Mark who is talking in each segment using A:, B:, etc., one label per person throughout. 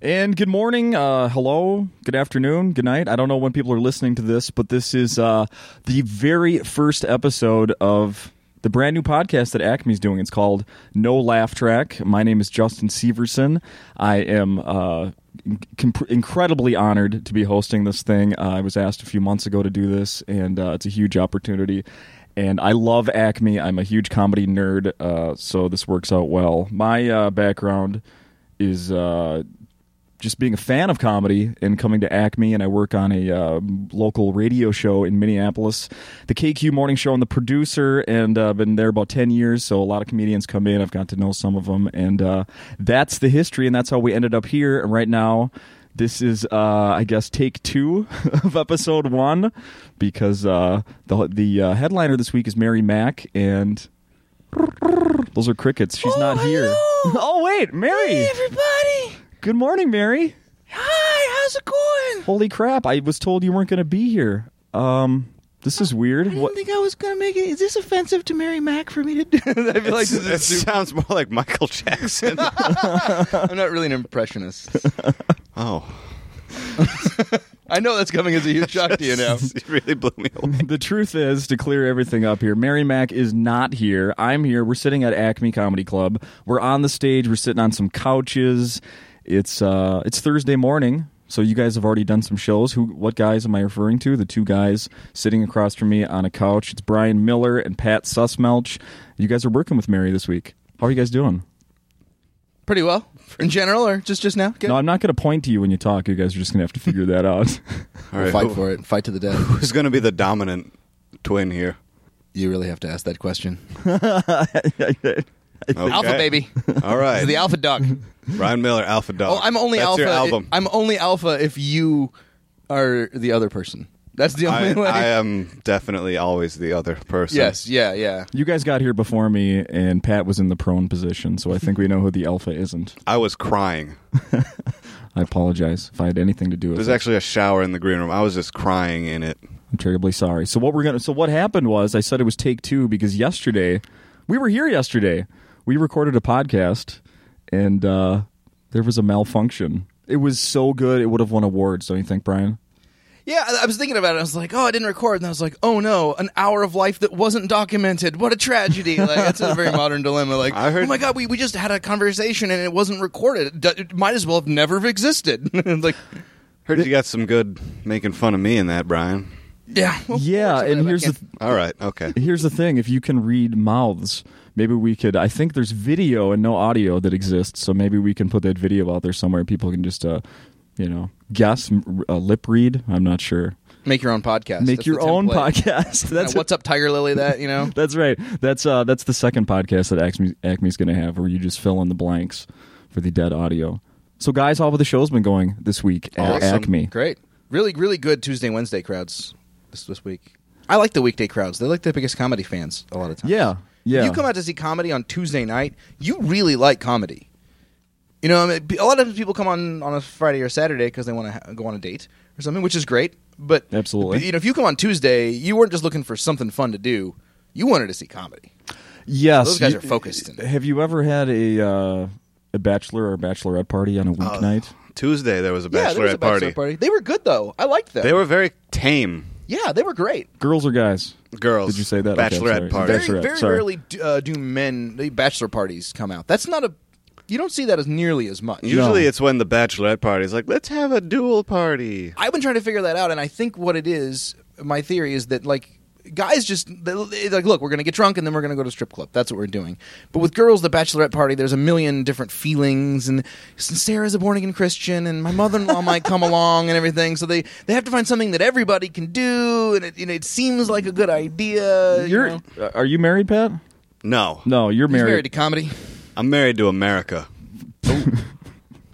A: And good morning, uh, hello, good afternoon, good night. I don't know when people are listening to this, but this is uh, the very first episode of the brand new podcast that Acme's doing. It's called No Laugh Track. My name is Justin Severson. I am uh, com- incredibly honored to be hosting this thing. Uh, I was asked a few months ago to do this, and uh, it's a huge opportunity. And I love Acme. I'm a huge comedy nerd, uh, so this works out well. My uh, background is uh, just being a fan of comedy and coming to Acme, and I work on a uh, local radio show in Minneapolis, the KQ Morning Show. I'm the producer, and uh, been there about ten years. So a lot of comedians come in. I've got to know some of them, and uh, that's the history, and that's how we ended up here. And right now, this is, uh, I guess, take two of episode one, because uh, the the uh, headliner this week is Mary Mack, and those are crickets. She's
B: Oh,
A: not here.
B: hello.
A: oh wait, Mary.
B: Hey, everybody!
A: Good morning, Mary.
B: Hi, how's it going?
A: Holy crap! I was told you weren't going to be here. Um, this is
B: I
A: weird.
B: didn't
A: What?
B: think I was gonna make it. Is this offensive to Mary Mack for me to do? I feel like
C: It sounds more like Michael Jackson.
B: I'm not really an impressionist.
C: oh,
B: I know that's coming as a huge shock to you now.
C: it really blew me away.
A: The truth is, to clear everything up here, Mary Mack is not here. I'm here. We're sitting at Acme Comedy Club. We're on the stage. We're sitting on some couches. It's uh, it's Thursday morning, so you guys have already done some shows. Who? What guys am I referring to? The two guys sitting across from me on a couch. It's Brian Miller and Pat Sussmelch. You guys are working with Mary this week. How are you guys doing?
B: Pretty well, in general, or just just now? Good.
A: No, I'm not going to point to you when you talk. You guys are just going to have to figure that out.
C: All
D: We'll
C: right,
D: fight
C: who-
D: for it. Fight to the death.
C: who's going to be the dominant twin here?
D: You really have to ask that question.
C: Okay.
B: Alpha baby,
C: All right,
B: the alpha dog.
C: Ryan Miller, Alpha Dog.
B: Oh, I'm only
C: That's
B: alpha.
C: Your album.
B: I'm only alpha if you are the other person. That's the only
C: I,
B: way.
C: I uh, am definitely always the other person.
B: yes. Yeah. Yeah.
A: you guys got here before me, and Pat was in the prone position, so I think we know who the alpha isn't.
C: I was crying.
A: I apologize if I had anything to do with
C: There's
A: it.
C: actually a shower in the green room. I was just crying in it.
A: I'm terribly sorry. So what we're gonna so what happened was I said it was take two because yesterday we were here yesterday. We recorded a podcast and uh, there was a malfunction. It was so good it would have won awards, don't you think, Brian?
B: Yeah, I- I was thinking about it. I was like, oh, I didn't record. And I was like, oh no, an hour of life that wasn't documented. What a tragedy. Like, that's a very modern dilemma. Like,
C: I heard-
B: oh my God, we, we just had a conversation and it wasn't recorded. It, d- it might as well have never have existed. like,
C: Heard you got some good making fun of me in that, Brian.
B: yeah. well,
A: yeah,
B: it's a
A: and
B: bit
A: here's
B: of a-
A: the
C: All right, okay.
A: Here's the thing: if you can read mouths, maybe we could. I think there's video and no audio that exists, so maybe we can put that video out there somewhere. People can just, uh, you know, guess, m- uh, lip read. I'm not sure.
B: make your own podcast.
A: Make
B: That's
A: your
B: the
A: own
B: template.
A: podcast.
B: Kinda
A: That's
B: what's up, Tiger Lily? That, you know?
A: That's right. That's uh, that's the second podcast that Acme, Acme's going to have, where you just fill in the blanks for the dead audio. So, guys, how have the show's been going this week at
C: Awesome.
A: Acme?
B: Great. Really, really good Tuesday, Wednesday crowds this, this week. I like the weekday crowds. They're like the biggest comedy fans a lot of times.
A: Yeah, yeah.
B: You come out to see comedy on Tuesday night, you really like comedy. You know, I mean, a lot of people come on on a Friday or Saturday because they want to ha- go on a date or something, which is great. But
A: Absolutely.
B: you know, if you come on Tuesday, you weren't just looking for something fun to do; you wanted to see comedy.
A: Yes,
B: Those guys
A: you-
B: are focused.
A: Have you ever had a uh, a bachelor or bachelorette party
B: Uh,
A: on a weeknight?
C: Tuesday there was a bachelorette
B: yeah, there was a bachelor party. They were good though. I liked them.
C: They were very tame
B: yeah, they were great.
A: Girls or guys?
C: girls.
A: Did you say that? Okay, I'm
C: Bachelorette
A: sorry.
C: party.
B: Very,
A: Bachelorette,
B: very
A: sorry.
B: rarely do, uh, do men the bachelor parties come out. That's not a. You don't see that as nearly as much.
C: Usually
A: No.
C: it's when the bachelorette party is like, let's have a dual party.
B: I've been trying to figure that out, and I think what it is, my theory is that like guys just they- they- like look, we're gonna get drunk and then we're gonna go to strip club. That's what we're doing. But with girls, the bachelorette party, there's a million different feelings, and Sarah's a born again Christian, and my mother in law might come along and everything. So they they have to find something that everybody can do, and it, and it seems like a good idea. you
A: You're uh,
B: know?
A: are you married, Pat?
C: No.
A: No, you're
B: He's married.
A: married.
B: to comedy.
C: I'm married to America.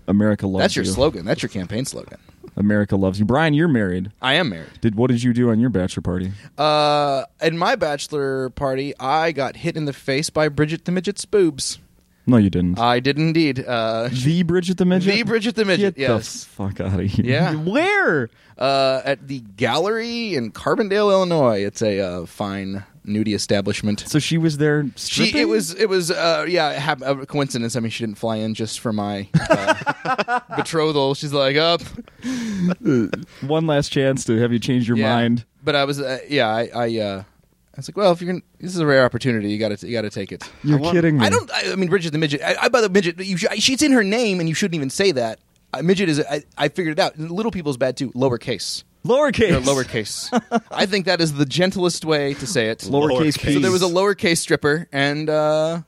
A: America loves
B: That's your
A: you.
B: slogan. That's your campaign slogan.
A: America loves you. Brian, you're married.
B: I am married.
A: Did what did you do on your bachelor party?
B: Uh, at my bachelor party, I got hit in the face by Bridget the Midget's boobs.
A: No, you didn't.
B: I did indeed. Uh,
A: the Bridget the Midget?
B: The Bridget the Midget,
A: Get
B: yes.
A: the fuck out of here.
B: Yeah.
A: Where?
B: uh, at the gallery in Carbondale, Illinois. It's a uh, fine nudie establishment.
A: So she was there
B: She,
A: stripping?
B: it was it was uh, yeah it hap- a coincidence. I mean, she didn't fly in just for my uh, betrothal. She's like up.
A: One last chance to have you change your
B: Yeah.
A: mind.
B: But I was uh, yeah I I, uh, I was like well if you're gonna, this is a rare opportunity you got to you got to take it.
A: You're
C: want-
A: kidding me.
B: I don't. I, I mean, Bridget the midget. I, I by the midget. You sh- she's in her name, and you shouldn't even say that. Uh, midget is. I, I figured it out. Little people's bad too. Lowercase.
A: Lowercase.
B: They're lowercase. I think that is the gentlest way to say it.
A: Lowercase
C: Lowercase.
A: p.
B: So there was a lowercase stripper, and uh,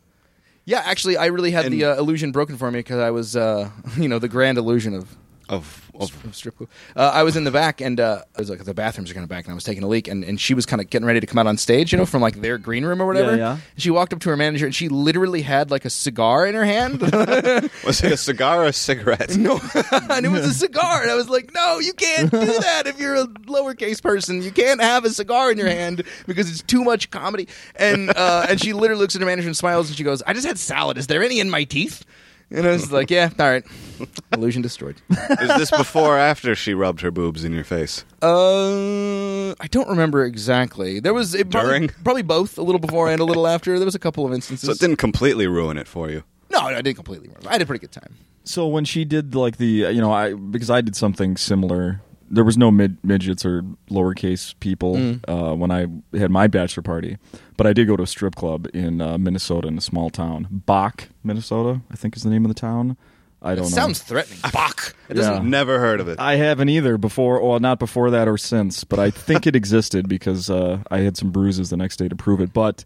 B: yeah, actually, I really had
C: And-
B: the uh, illusion broken for me because I was, uh, you know, the grand illusion of
C: Of, of
B: of strip club. Uh, I was in the back, and uh, I was like, the bathrooms are kind of back, and I was taking a leak, and, and she was kind of getting ready to come out on stage, you know, from like their green room or whatever.
A: yeah.
B: And She walked up to her manager, and she literally had like a cigar in her hand. no,
C: was it a cigar or a cigarette?
B: and it was a cigar, and I was like, no, you can't do that if you're a lowercase person. You can't have a cigar in your hand because it's too much comedy. And uh, and she literally looks at her manager and smiles, and she goes, I just had salad. Is there any in my teeth? And I was like, yeah, all right. Illusion destroyed.
C: Is this before or after she rubbed her boobs in your face?
B: Uh, I don't remember exactly. There was it probably-
C: During?
B: probably, both a little before and a little after. There was a couple of instances.
C: So it didn't completely ruin it for you.
B: no, no, I didn't completely remember. I had a pretty good time.
A: So when she did like the you know I because I did something similar. There was no mid midgets or lowercase people uh, when I had my bachelor party, but I did go to a strip club in uh, Minnesota in a small town, Bach, Minnesota, I think is the name of the town. I don't
C: Oh,
B: It
A: know.
B: sounds threatening. Fuck. It
A: Yeah.
B: doesn't.
C: Never heard of it.
A: I haven't either before, well, not before that or since, but I think it existed because uh, I had some bruises the next day to prove it. But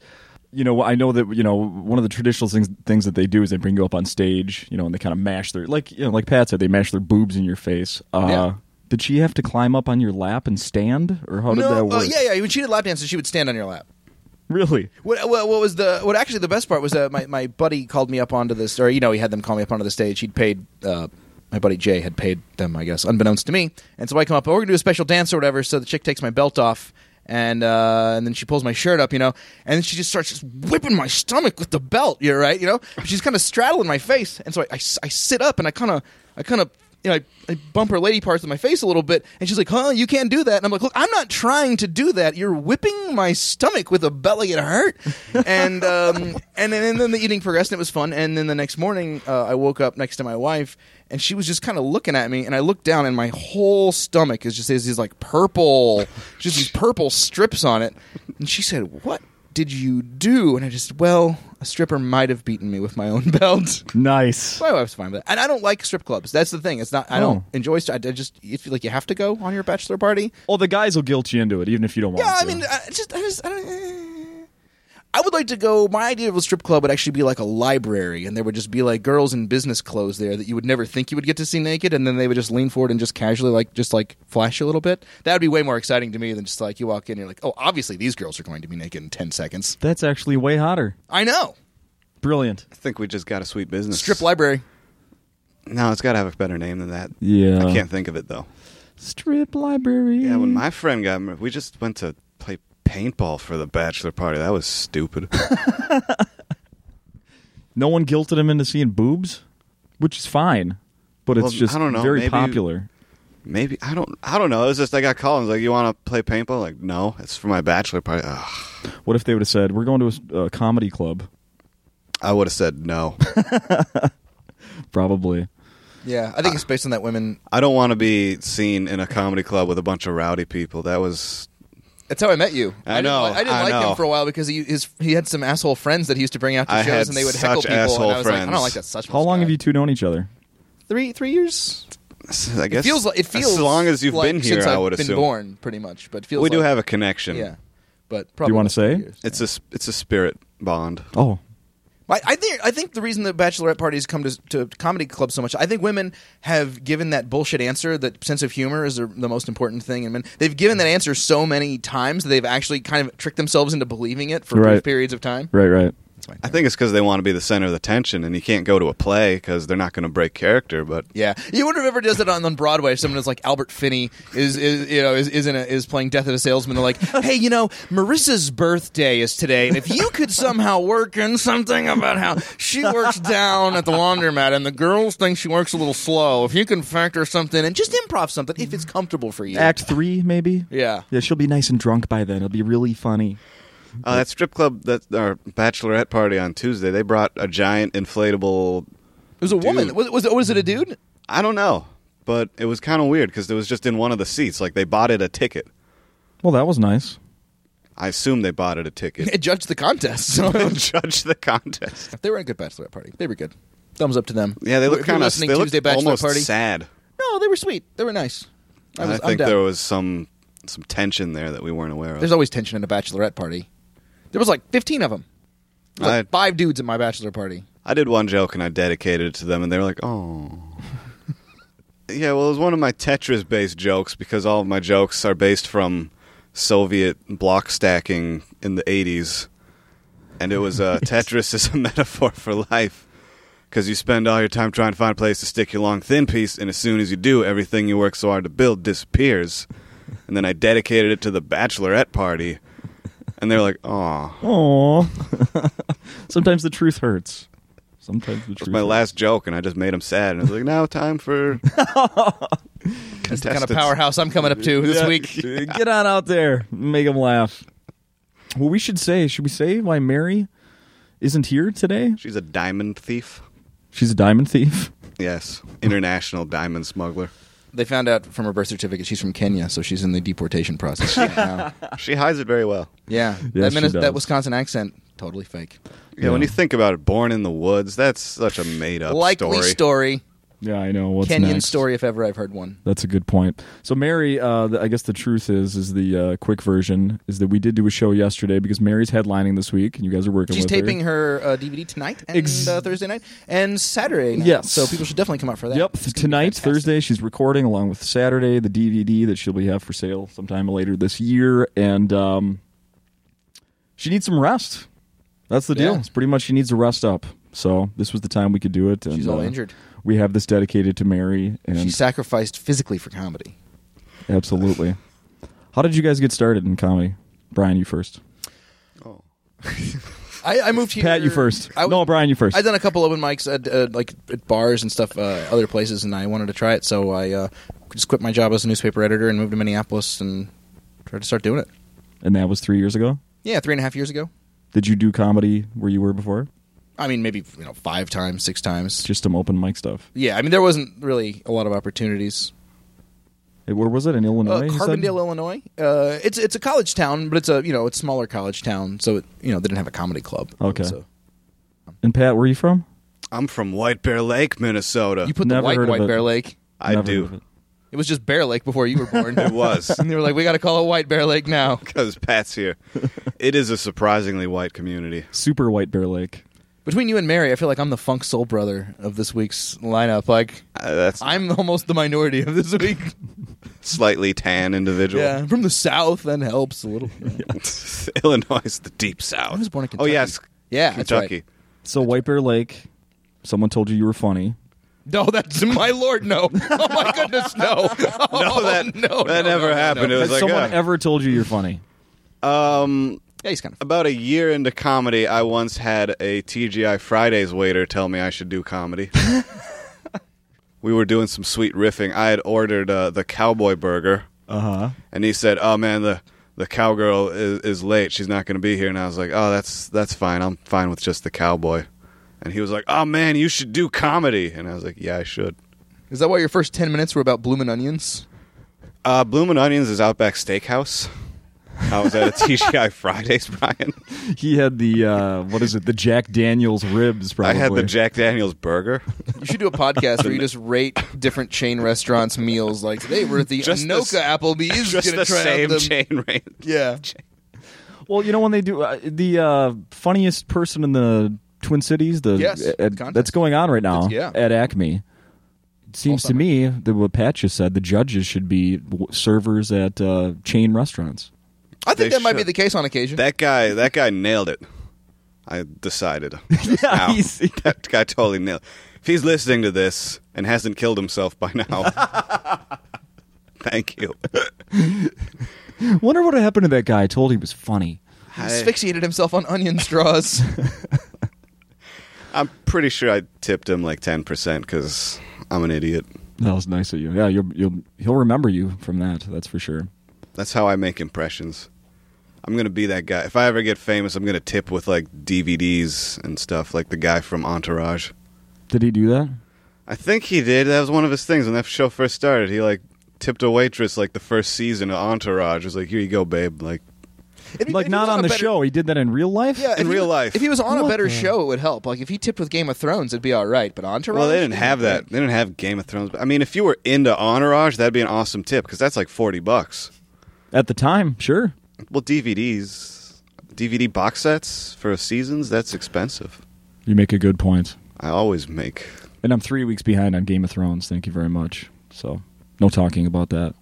A: you know, I know that you know one of the traditional things things that they do is they bring you up on stage, you know, and they kind of mash their like you know, like Pat said, they mash their boobs in your face. Uh,
B: Yeah.
A: Did she have to climb up on your lap and stand, or how did
B: No,
A: that
B: oh,
A: work?
B: yeah, yeah. When she did lap dances, she would stand on your lap.
A: Really?
B: What, what, what was the what? Actually, the best part was that my, my buddy called me up onto this, or you know, he had them call me up onto the stage. He'd paid uh, my buddy Jay had paid them, I guess, unbeknownst to me. And so I come up, oh, we're gonna do a special dance or whatever. So the chick takes my belt off, and uh, and then she pulls my shirt up, you know, and then she just starts just whipping my stomach with the belt. You're right, you know. But she's kind of straddling my face, and so I, I s- I sit up and I kind of I kind of. You know, I, I bump her lady parts with my face a little bit, and she's like, "Huh, you can't do that." And I'm like, "Look, I'm not trying to do that. You're whipping my stomach with a belly. It hurt." And um, and then and then the evening progressed, and it was fun. And then the next morning, uh, I woke up next to my wife, and she was just kind of looking at me. And I looked down, and my whole stomach is just is these like purple, just these purple strips on it. And she said, "What did you do?" And I just, well, a stripper might have beaten me with my own belt.
A: Nice.
B: My wife's fine with that, and I don't like strip clubs. That's the thing. It's not. I don't
A: Oh.
B: enjoy. stri- I just you feel like you have to go on your bachelor party.
A: Well, the guys will guilt you into it, even if you don't want.
B: Yeah, I
A: to.
B: mean, uh, I just, I just, I don't. eh. I would like to go. My idea of a strip club would actually be like a library, and there would just be like girls in business clothes there that you would never think you would get to see naked, and then they would just lean forward and just casually like just like flash you a little bit. That would be way more exciting to me than just like you walk in, you're like, oh, obviously these girls are going to be naked in ten seconds.
A: that's actually way hotter.
B: I know.
A: Brilliant.
C: I think we just got a sweet business.
B: Strip library.
C: No, it's got to have a better name than that.
A: Yeah.
C: I can't think of it though.
A: Strip library.
C: Yeah, when my friend got married, we just went to play paintball for the bachelor party. That was stupid.
A: No one guilted him into seeing boobs, which is fine, but it's
C: Well,
A: just
C: I don't know,
A: very
C: maybe-
A: popular.
C: Maybe I don't. I don't know. It was just I got called. I was like, "You want to play paintball?" Like, no, it's for my bachelor party. Ugh.
A: What if they would have said, "We're going to a s- a, comedy club"?
C: I would have said no.
A: Probably.
B: Yeah, I think it's based on that women.
C: I don't want to be seen in a comedy club with a bunch of rowdy people. That was.
B: That's how I met you.
C: I
B: didn't
C: know,
B: li- I didn't
C: I
B: like
C: know.
B: him for a while because he his, he had some asshole friends that he used to bring out to
C: I
B: shows,
C: had
B: and they would heckle
C: such
B: people. And
C: asshole
B: I was like, I don't
C: friends.
B: like that. Such
A: How long have you two known each other?
B: Three three years.
C: I guess
B: feels like it feels
C: as long as you've
B: like
C: been here.
B: Since
C: I
B: I've
C: would
B: been
C: assume
B: born pretty much, but it feels
C: we do
B: like-
C: have a connection.
B: yeah. But probably
A: wanna
B: about three
A: say?
B: years,
C: it's
B: yeah.
C: a s- it's a spirit bond.
A: Oh,
B: I, I think I think the reason that bachelorette parties come to, to comedy clubs so much, I think women have given that bullshit answer that sense of humor is the, the most important thing, and men they've given that answer so many times that they've actually kind of tricked themselves into believing it for brief
A: Right.
B: periods of time.
A: right, right.
B: That's my.
C: I think it's because they want to be the center of the tension, and you can't go to a play because they're not going to break character. But uh,
B: Yeah, you wonder if ever does it on, on Broadway. If someone is like Albert Finney is, is you know is is, in a, is playing Death of a Salesman. They're like, hey, you know, Marissa's birthday is today, and if you could somehow work in something about how she works down at the laundromat, and the girls think she works a little slow, if you can factor something and just improv something if it's comfortable for you.
A: Act three, maybe.
B: Yeah.
A: Yeah, she'll be nice and drunk by then. It'll be really funny.
B: Mm-hmm.
C: uh, that strip club, that our bachelorette party on Tuesday, they brought a giant inflatable.
B: It was a woman.
C: Dude.
B: Was, was, was it a dude?
C: I don't know, but it was kind of weird because it was just in one of the seats. Like they bought it a ticket.
A: Well, that was nice.
C: I assume they bought it a ticket.
B: It judged the contest. So
C: Judge the contest.
B: they were a good bachelorette party. They were good. Thumbs up to them.
C: Yeah, they
B: If
C: look
B: you're
C: kind of
B: listening
C: they
B: Tuesday
C: look
B: bachelor
C: almost
B: party.
C: sad.
B: No, they were sweet. They were nice. I,
C: I,
B: was, I'm
C: think
B: down.
C: there was some some tension there that we weren't aware of.
B: There's always tension in a bachelorette party. There was like 15 of them. There was, like,
C: I-
B: five dudes at my bachelor party.
C: I did one joke and I dedicated it to them, and they were like, "Oh." yeah, well, it was one of my Tetris-based jokes because all of my jokes are based from Soviet block stacking in the '80s, and it was uh, Tetris is a metaphor for life because you spend all your time trying to find a place to stick your long thin piece, and as soon as you do, everything you work so hard to build disappears. And then I dedicated it to the bachelorette party, and they were like, "Oh."
A: Aww. Sometimes the truth hurts. Sometimes the
C: It
A: truth.
C: was my
A: hurts.
C: last joke, and I just made him sad. And I was like, now time for
B: That's the kind of powerhouse I'm coming up to this
A: Yeah.
B: week.
A: Uh, Get on out there, make them laugh. Well, we should say, should we say why Mary isn't here today?
C: She's a diamond thief.
A: She's a diamond thief.
C: Yes, international diamond smuggler.
B: They found out from her birth certificate she's from Kenya, so she's in the deportation process right now.
C: She hides it very well.
B: Yeah.
A: Yes,
B: that,
A: she
B: Minnes-
A: does.
B: that Wisconsin accent, totally fake.
C: Yeah, when you think about it, born in the woods, that's such a made-up
B: Likely story.
A: Yeah, I know. What's
B: Kenyan
A: next?
B: story, if ever I've heard one.
A: That's a good point. So Mary, uh, the, I guess the truth is, is the uh, quick version is that we did do a show yesterday because Mary's headlining this week, and you guys are working.
B: She's
A: with
B: taping
A: Her.
B: her uh, DVD tonight and
A: Ex-
B: uh, Thursday night and Saturday night.
A: Yes.
B: So people should definitely come out for that.
A: Yep,
B: It's gonna be
A: tonight,
B: fantastic.
A: Thursday, she's recording along with Saturday the DVD that she'll be have for sale sometime later this year, and um, she needs some rest. That's the deal.
B: Yeah.
A: It's pretty much she needs to rest up. So this was the time we could do it. And,
B: She's all
A: uh,
B: injured.
A: We have this dedicated to Mary, and
B: She sacrificed physically for comedy.
A: absolutely. How did you guys get started in comedy? Brian, you first.
B: I, I moved here.
A: Pat, you first.
B: I,
A: no, Brian, you first.
B: I've done a couple open mics at uh, like at bars and stuff, uh, other places, and I wanted to try it, so I uh, just quit my job as a newspaper editor and moved to Minneapolis and tried to start doing it.
A: and that was three years ago.
B: Yeah, three and a half years ago.
A: Did you do comedy where you were before?
B: I mean, maybe you know five times, six times.
A: Just some open mic stuff.
B: Yeah, I mean there wasn't really a lot of opportunities.
A: Eh, Where was it in Illinois?
B: Uh,
A: you said?
B: Carbondale, Illinois. Uh, it's it's a college town, but it's a you know it's a smaller college town, so it, you know they didn't have a comedy club.
A: Okay.
B: So
A: And Pat, where are you from?
C: I'm from White Bear Lake, Minnesota.
B: you put
A: Never
B: the white
A: heard
B: in
A: of
B: White
A: it.
B: Bear Lake.
C: I
A: Never heard of
C: do.
A: it.
B: It was just Bear Lake before you were born.
C: It was
B: and they were like, we got to call it White Bear Lake now.
C: because Pat's here. It is a surprisingly white community.
A: Super White Bear Lake.
B: Between you and Mary, I feel like I'm the funk soul brother of this week's lineup. Like
C: Uh, that's
B: I'm almost the minority of this week.
C: slightly tan individual.
B: yeah, I'm from the South. That helps a little.
C: Illinois is the deep south.
B: I was born in
C: Oh
B: Kentucky.
C: yes,
B: Yeah, that's right.
C: Kentucky.
A: So White Bear Lake. Someone told you you were funny.
B: No, that's my lord. No. Oh my goodness. No. Oh,
C: No, that
B: no,
C: that
B: no, no,
C: never
B: no,
C: happened.
B: no.
C: It was
A: Has
C: like
A: someone
C: uh,
A: ever told you you're funny?
C: um,
B: Yeah, he's kind of.
C: About a year into comedy, I once had a TGI Fridays waiter tell me I should do comedy. we were doing some sweet riffing. I had ordered uh, the cowboy burger,
A: Uh huh.
C: and he said, "Oh man, the the cowgirl is, is late. She's not going to be here." And I was like, "Oh, that's that's fine. I'm fine with just the cowboy." And he was like, "Oh man, you should do comedy." And I was like, "Yeah, I should."
B: Is that why your first 10 minutes were about bloomin' onions?
C: Uh, Bloomin' Onions is Outback Steakhouse. I was at a TGI Fridays, Brian.
A: He had the uh, what is it? The Jack Daniels ribs. Probably.
C: I had the Jack Daniels burger.
B: You should do a podcast where you just rate different chain restaurants' meals. Like, today we're at the
C: Just the
B: Anoka
C: s-
B: Applebee's.
C: just
B: gonna
C: the
B: try out
C: same
B: them-
C: chain range.
B: Yeah.
A: Well, you know when they do uh, the uh, funniest person in the Twin Cities, the
B: Yes,
A: uh,
B: contest.
A: that's going on right now
B: That's- yeah.
A: at Acme. It seems to
B: summer.
A: me that what Pat just said, the judges should be w- servers at uh, chain restaurants.
B: I think
C: They
B: that might be
C: should.
B: the case on occasion.
C: That guy, that guy nailed it. I decided.
A: Yeah,
C: Ow.
A: he's-
C: that guy totally nailed. If he's listening to this and hasn't killed himself by now, thank you.
A: Wonder what happened to that guy. I told he was funny.
B: He asphyxiated himself on onion straws.
C: I'm pretty sure I tipped him like ten percent because I'm an idiot.
A: That was nice of you. Yeah, you'll, you'll he'll remember you from that. That's for sure.
C: That's how I make impressions. I'm gonna be that guy. If I ever get famous, I'm gonna tip with like DVDs and stuff, like the guy from Entourage.
A: Did he do that?
C: I think he did. That was one of his things when that show first started. He like tipped a waitress like the first season of Entourage. It was like, here you go, babe. Like
B: If he- if
A: Like
B: he
A: not
B: was
A: on
B: a
A: the
B: better-
A: show. He did that in real life.
B: Yeah,
C: In
B: if he
C: real
B: was-
C: life.
B: If he was on a
A: What
B: better
A: the-
B: show, it would help. Like if he tipped with Game of Thrones, it'd be all right. But Entourage.
C: Well, they didn't have that. They didn't have Game of Thrones. I mean, if you were into Entourage, that'd be an awesome tip because that's like forty bucks.
A: At the time, sure.
C: Well, DVDs, DVD box sets for seasons, that's expensive.
A: You make a good point.
C: I always make.
A: And I'm three weeks behind on Game of Thrones. Thank you very much. So, no talking about that.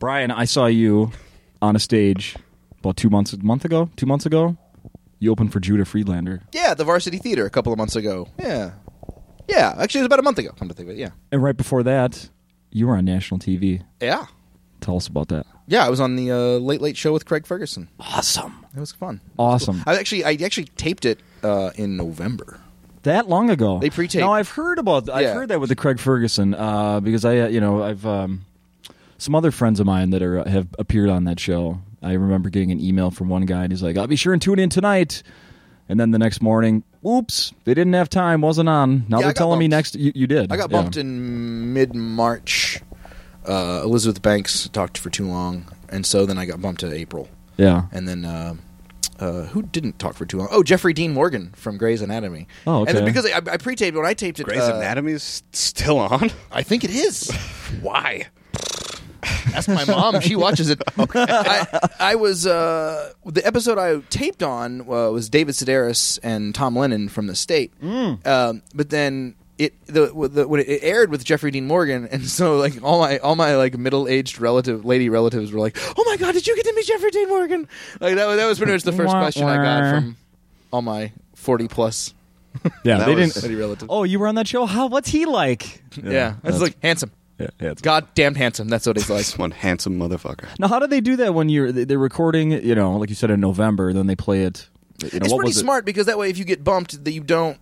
A: Brian, I saw you on a stage about two months, month ago, two months ago. You opened for Judah Friedlander,
B: Yeah, the Varsity Theater a couple of months ago. Yeah, yeah. Actually, it was about a month ago. Come to think of it, yeah,
A: and right before that, you were on national TV.
B: yeah,
A: Tell us about that.
B: yeah. I was on the uh, Late Late Show with Craig Ferguson.
A: Awesome,
B: It was fun.
A: awesome.
B: I actually, I actually taped it uh, in November.
A: That long ago,
B: They pre-taped.
A: Now I've heard about. I've
B: Yeah.
A: heard that with the Craig Ferguson uh, because I, uh, you know, I've um, some other friends of mine that are uh, have appeared on that show. I remember getting an email from one guy, and he's like, "I'll be sure and tune in tonight." And then the next morning, oops, they didn't have time, wasn't on. Now
B: Yeah, I
A: they're
B: got
A: telling me
B: bumped.
A: next. You, you did.
B: I got
A: Yeah.
B: bumped in mid March. Uh, Elizabeth Banks talked for too long, and so then I got bumped to April.
A: Yeah.
B: And then uh, uh, who didn't talk for too long? Oh, Jeffrey Dean Morgan from Grey's Anatomy.
A: Oh,
B: And then
A: okay.
B: because I, I pre-taped it, when I taped it,
C: Grey's
B: uh,
C: Anatomy is still on.
B: I think it is.
C: Why?
B: Ask my mom; she watches it. I, I was uh, the episode I taped on uh, was David Sedaris and Tom Lennon from the State.
A: Mm.
B: Um, but then it the, the when it aired with Jeffrey Dean Morgan, and so like all my all my like middle aged relative lady relatives were like, "Oh my god, did you get to meet Jeffrey Dean Morgan?" Like that, was- that was pretty much the first
A: Wah,
B: question I got
A: wah.
B: from all my forty plus
A: Yeah,
C: That
A: they
C: was-
A: didn't.
B: lady relatives.
A: Oh, you were on that show. How? What's he like?
B: yeah, it's like handsome,
A: Yeah, yeah, it's
B: goddamn handsome. That's what he's like.
C: This one handsome motherfucker.
A: Now, how do they do that when you're they- they're recording? You know, like you said in November, then they play it. You know,
B: it's
A: what
B: pretty
A: was it?
B: smart because that way if you get bumped that you don't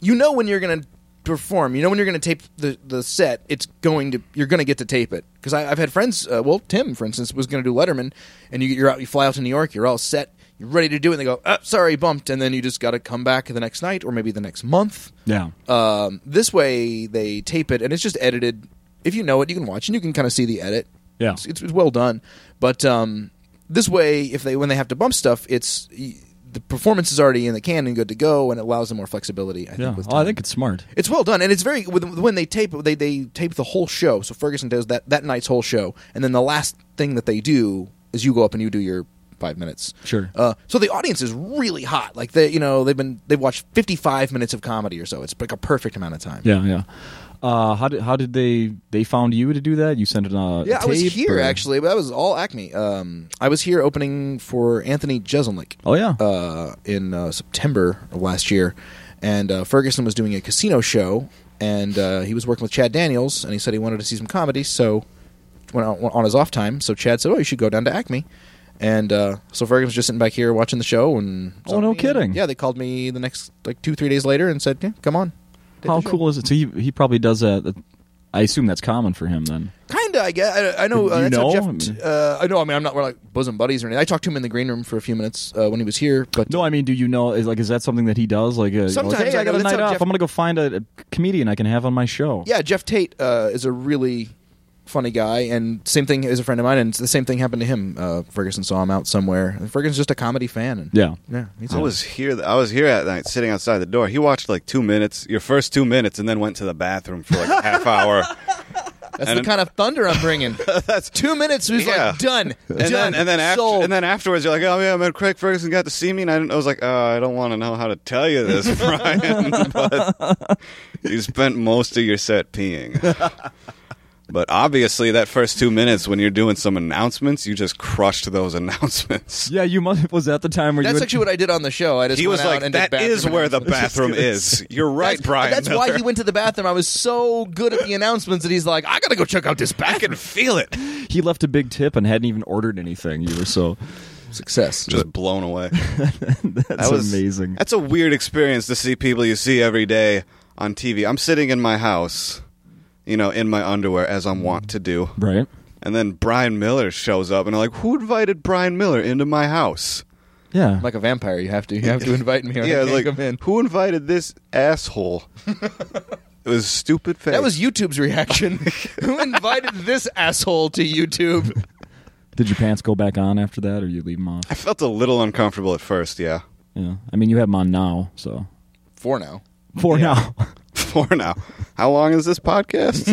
B: you know when you're going to perform you know when you're going to tape the, the set it's going to you're going to get to tape it because i've had friends uh, well tim for instance was going to do letterman and you, you're out you fly out to new york you're all set you're ready to do it and they go uh, sorry bumped and then you just got to come back the next night or maybe the next month
A: Yeah.
B: um, this way they tape it and it's just edited if you know it you can watch and you can kind of see the edit
A: Yeah.
B: it's, it's, it's well done but um, this way if they when they have to bump stuff it's y- the performance is already in the can and good to go and it allows them more flexibility i
A: Yeah.
B: think with
A: Oh, I
B: time.
A: think it's smart.
B: It's well done, and it's very with- when they tape they they tape the whole show. So Ferguson does that that night's whole show, and then the last thing that they do is you go up and you do your five minutes.
A: Sure.
B: Uh, so the audience is really hot. Like they you know they've been they've watched fifty five minutes of comedy or so. It's like a perfect amount of time.
A: Yeah, yeah. Uh, how did how did they they found you to do that? You sent it on.
B: Yeah, I was
A: tape,
B: here
A: or-
B: actually, but that was all Acme. Um, I was here opening for Anthony Jeselnik.
A: Oh yeah.
B: uh, in uh, September of last year, and uh, Ferguson was doing a casino show, and uh, he was working with Chad Daniels, and he said he wanted to see some comedy, so went out on his off time. So Chad said, "Oh, you should go down to Acme." And uh, so Ferguson was just sitting back here watching the show, and uh,
A: Oh, no kidding.
B: Yeah, they called me the next like two, three days later and said, "Yeah, come on." Did
A: how
B: the show.
A: cool is it? So he he probably does that. I assume that's common for him then.
B: Kinda, I guess. I, I know.
A: Do
B: Uh,
A: you
B: that's
A: know?
B: how
A: I
B: Jeff.
A: mean-
B: t- uh, I know. I mean, I'm not. We're like bosom buddies or anything. I talked to him in the green room for a few minutes uh, when he was here, but
A: No, I mean, do you know? Is like, is that something that he does? Like, uh, you know, like,
B: Sometimes
A: hey,
B: I
A: I got
B: know
A: a
B: that's
A: night
B: how
A: off.
B: Jeff-
A: I'm gonna go find a, a comedian I can have on my show.
B: yeah, Jeff Tate uh, is a really funny guy, and same thing is a friend of mine, and the same thing happened to him. Uh, Ferguson saw him out somewhere, and Ferguson's just a comedy fan. And,
A: Yeah.
B: yeah, he's
C: I
B: a-
C: was here. I was here at night, sitting outside the door. He watched like two minutes, your first two minutes, and then went to the bathroom for like a half hour.
B: that's
C: and-
B: the kind of thunder I'm bringing.
C: That's
B: Two minutes, he's
C: Yeah.
B: like done,
C: and
B: done,
C: then and then after
B: sold.
C: and then afterwards you're like, oh yeah, man, Craig Ferguson got to see me, and I, didn't, I was like, oh, I don't want to know how to tell you this, Brian, but you spent most of your set peeing. But obviously, that first two minutes when you're doing some announcements, you just crushed those announcements.
A: Yeah, you must. Was that the time where
B: That's
A: you?
B: actually what I did on the show. I just
C: He was
B: went out
C: like,
B: and
C: "That
B: did
C: is
B: bathroom
C: where the
B: announcements."
C: bathroom is." You're right,
B: That's-
C: Brian.
B: That's why
C: Miller.
B: he went to the bathroom. I was so good at the announcements that he's like, I gotta go check out this
C: I
B: bathroom.
C: can feel it.
A: he left a big tip and hadn't even ordered anything. You were so.
D: Success.
C: Just blown away.
A: That's amazing.
C: That's a weird experience to see people you see every day on TV. I'm sitting in my house, you know, in my underwear as I'm wont to do,
A: right.
C: and then Brian Miller shows up, and I'm like, "Who invited Brian Miller into my house?"
A: Yeah.
B: like a vampire, you have to you have to invite me. Or
C: Yeah,
B: yeah,
C: like,
B: like come in.
C: who invited this asshole? it was stupid. Face.
B: That was YouTube's reaction. Who invited this asshole to YouTube?
A: Did your pants go back on after that, or you leave them off?
C: I felt a little uncomfortable at first. Yeah,
A: Yeah. I mean, you have them on now, so
B: For now.
A: for now.
C: for now. How long is this podcast?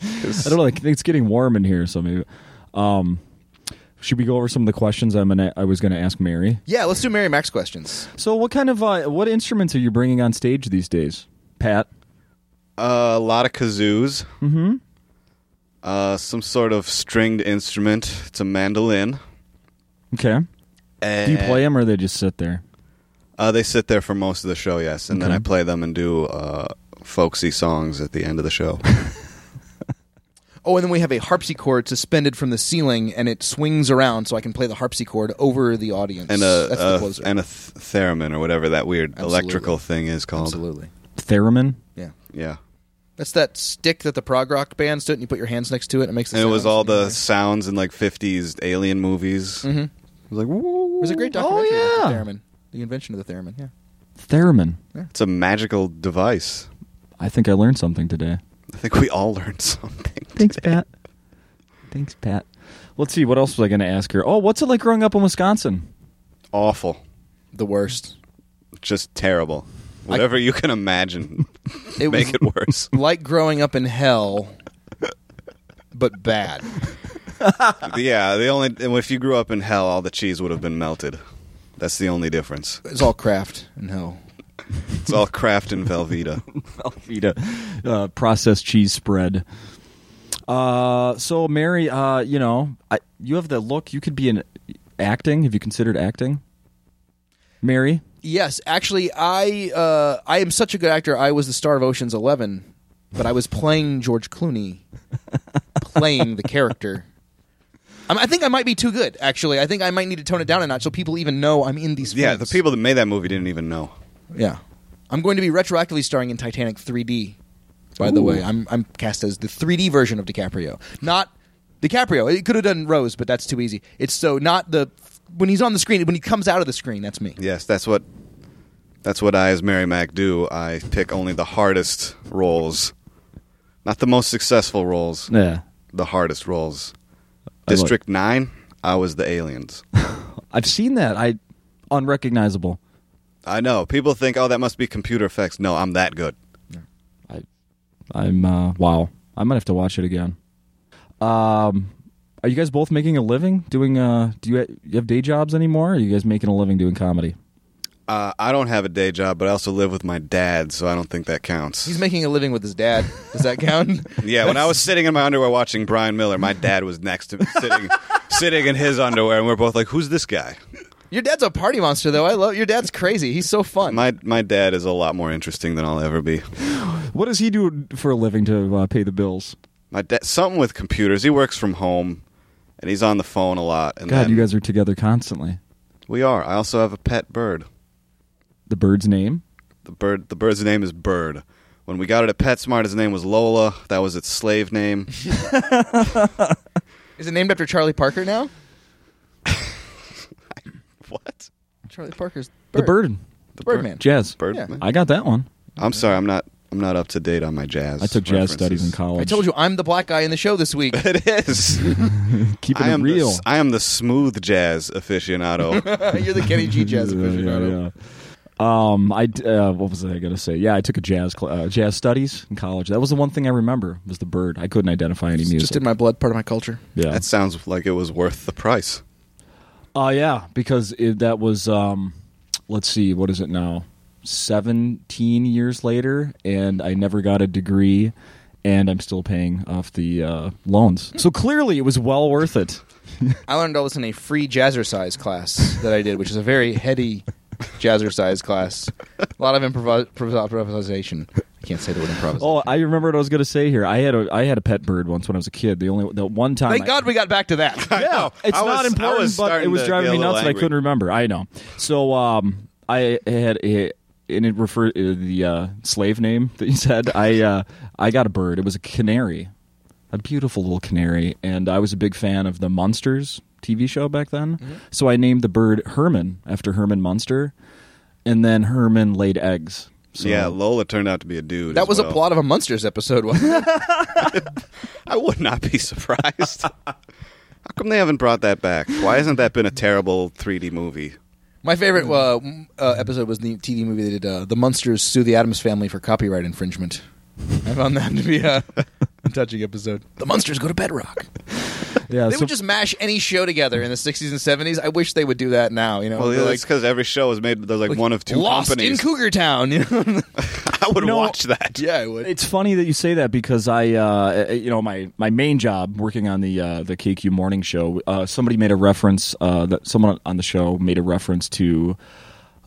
A: I don't know. Like, it's getting warm in here, so maybe. Um, should we go over some of the questions I'm gonna I was gonna ask Mary?
B: Yeah, let's do Mary Max questions.
A: So, what kind of uh, what instruments are you bringing on stage these days, Pat?
C: Uh, a lot of kazoos. Mm-hmm. Uh, some sort of stringed instrument. It's a mandolin.
A: Okay. Do you
C: Eh.
A: play them, or they just sit there?
C: Uh, they sit there for most of the show, yes, and then
A: Okay.
C: I play them and do uh, folksy songs at the end of the show.
B: Oh, and then we have a harpsichord suspended from the ceiling, and it swings around, so I can play the harpsichord over the audience.
C: and a,
B: That's
C: a-
B: the closer.
C: and a th- theremin or whatever that weird
B: Absolutely.
C: electrical thing is called.
D: Absolutely.
A: Theremin.
B: yeah,
C: Yeah,
B: that's that stick that the prog rock band stood, and you put your hands next to it, and it makes. The
C: and it was
B: sounds.
C: all the sounds in like '50s alien movies. Mm-hmm. It was like, Whoa.
B: There's a great
A: Oh,
B: documentary about
A: yeah.
B: the theremin, the invention of the theremin. Yeah.
A: Theremin.
C: it's a magical device.
A: I think I learned something today.
C: I think we all learned something.
A: Thanks, Pat. Thanks, Pat. Let's see. What else was I going to ask her? Oh, what's it like growing up in Wisconsin?
C: Awful,
B: The worst.
C: just terrible. Whatever you can imagine,
B: It
C: make
B: was
C: it worse.
B: like growing up in hell, but bad.
C: yeah, the only if you grew up in hell, all the cheese would have been melted. That's the only difference.
B: It's all craft and hell.
C: It's all Kraft and Velveeta.
A: Velveeta uh, processed cheese spread. Uh, so Mary, uh, you know, I, you have the look. You could be in acting. Have you considered acting, Mary?
B: Yes, actually, I uh, I am such a good actor. I was the star of Ocean's Eleven, but I was playing George Clooney, playing the character. I, I think I might be too good. Actually, I think I might need to tone it down a notch so people even know I'm in these.
C: Yeah, the
B: films.
C: people that made that movie didn't even know.
B: Yeah, I'm going to be retroactively starring in Titanic 3D. By the way, I'm I'm cast as the 3D version of DiCaprio, not DiCaprio. It could have done Rose, but that's too easy. It's so not the when he's on the screen when he comes out of the screen. That's me.
C: Yes, that's what that's what I as Mary Mac do. I pick only the hardest roles. Not the most successful roles.
A: Yeah,
C: The hardest roles.
A: I like-
C: District nine, I was the aliens.
A: I've seen that. I unrecognizable.
C: I know. People think, oh, that must be computer effects. No, I'm that good.
A: I, I'm uh, wow. I might have to watch it again. Um, are you guys both making a living doing? Uh, do you, you have day jobs anymore? Or are you guys making a living doing comedy?
C: Uh, I don't have a day job, but I also live with my dad, so I don't think that counts.
B: He's making a living with his dad. Does that count?
C: yeah, when I was sitting in my underwear watching Brian Miller, my dad was next to me, sitting, sitting in his underwear, and we're both like, "Who's this guy?"
B: Your dad's a party monster, though. I love your dad's crazy. He's so fun.
C: My my dad is a lot more interesting than I'll ever be.
A: What does he do for a living to uh, pay the bills?
C: My dad, something with computers. He works from home, and he's on the phone a lot. And
A: God,
C: then-
A: you guys are together constantly.
C: we are. I also have a pet bird.
A: The bird's name.
C: The bird, the bird's name is Bird. When we got it at PetSmart, his name was Lola. That was its slave name.
B: Is it named after Charlie Parker now?
C: what?
B: Charlie Parker's
A: The bird.
B: the Birdman.
A: Jazz.
C: Bird.
B: Yeah.
A: I got that one.
C: I'm sorry. I'm not. I'm not up to date on my jazz.
A: I took jazz
C: references.
A: studies in college.
B: I told you I'm the black guy in the show this week.
C: It is.
A: Keeping
C: I
A: it
C: am
A: real.
C: The, I am the smooth jazz aficionado.
B: You're the Kenny G jazz
A: Yeah,
B: aficionado.
A: yeah, yeah. Um, I d- uh, what was I gonna say? Yeah, I took a jazz cl- uh, jazz studies in college. That was the one thing I remember was the bird. I couldn't identify any music.
B: Just in my blood, part of my culture.
A: yeah,
C: that sounds like it was worth the price.
A: Oh yeah, because it, that was um, let's see, what is it now? Seventeen years later, and I never got a degree, and I'm still paying off the uh, loans. So clearly, it was well worth it.
B: I learned all this in a free jazzercise class that I did, which is a very heady jazzercise class. A lot of improvis- improvisation. I can't say the word improvisation.
A: Oh, I remember what I was going to say here. I had a I had a pet bird once when I was a kid. The only the one time.
B: Thank
A: I-
B: God we got back to that.
A: yeah,
C: know.
A: it's
C: I
A: not
C: was- I
A: important,
C: was
A: but it
C: starting
A: was
C: to
A: driving
C: get a
A: me
C: little
A: nuts, and I
C: angry.
A: couldn't remember. I know. So um, I had a, and it referred the uh, slave name that you said. I uh, I got a bird. It was a canary, a beautiful little canary, and I was a big fan of the Munsters TV show back then.
C: Mm-hmm.
A: So I named the bird Herman after Herman Munster, and then Herman laid eggs. So
C: yeah, Lola turned out to be a dude.
B: That
C: as
B: was a
C: well.
B: plot of a Munsters episode. Wasn't it?
C: I would not be surprised. How come they haven't brought that back? Why hasn't that been a terrible 3D movie?
B: My favorite uh, m- uh, episode was the TV movie they did, uh, "The Munsters Sue the Adams Family for Copyright Infringement." I found that to be a, a touching episode. The Munsters go to Bedrock.
A: yeah.
B: They
A: so-
B: would just mash any show together in the '60s and '70s. I wish they would do that now. You know,
C: Well,
B: They're
C: that's because every show is made. There's like, one of two
B: Lost in
C: companies.
B: Cougar Town. You know?
C: I would
A: No.
C: watch that.
B: yeah, I would.
A: It's funny that you say that because I, uh, uh, you know, my, my main job working on the uh, the KQ morning show, uh, somebody made a reference. Uh, that someone on the show made a reference to.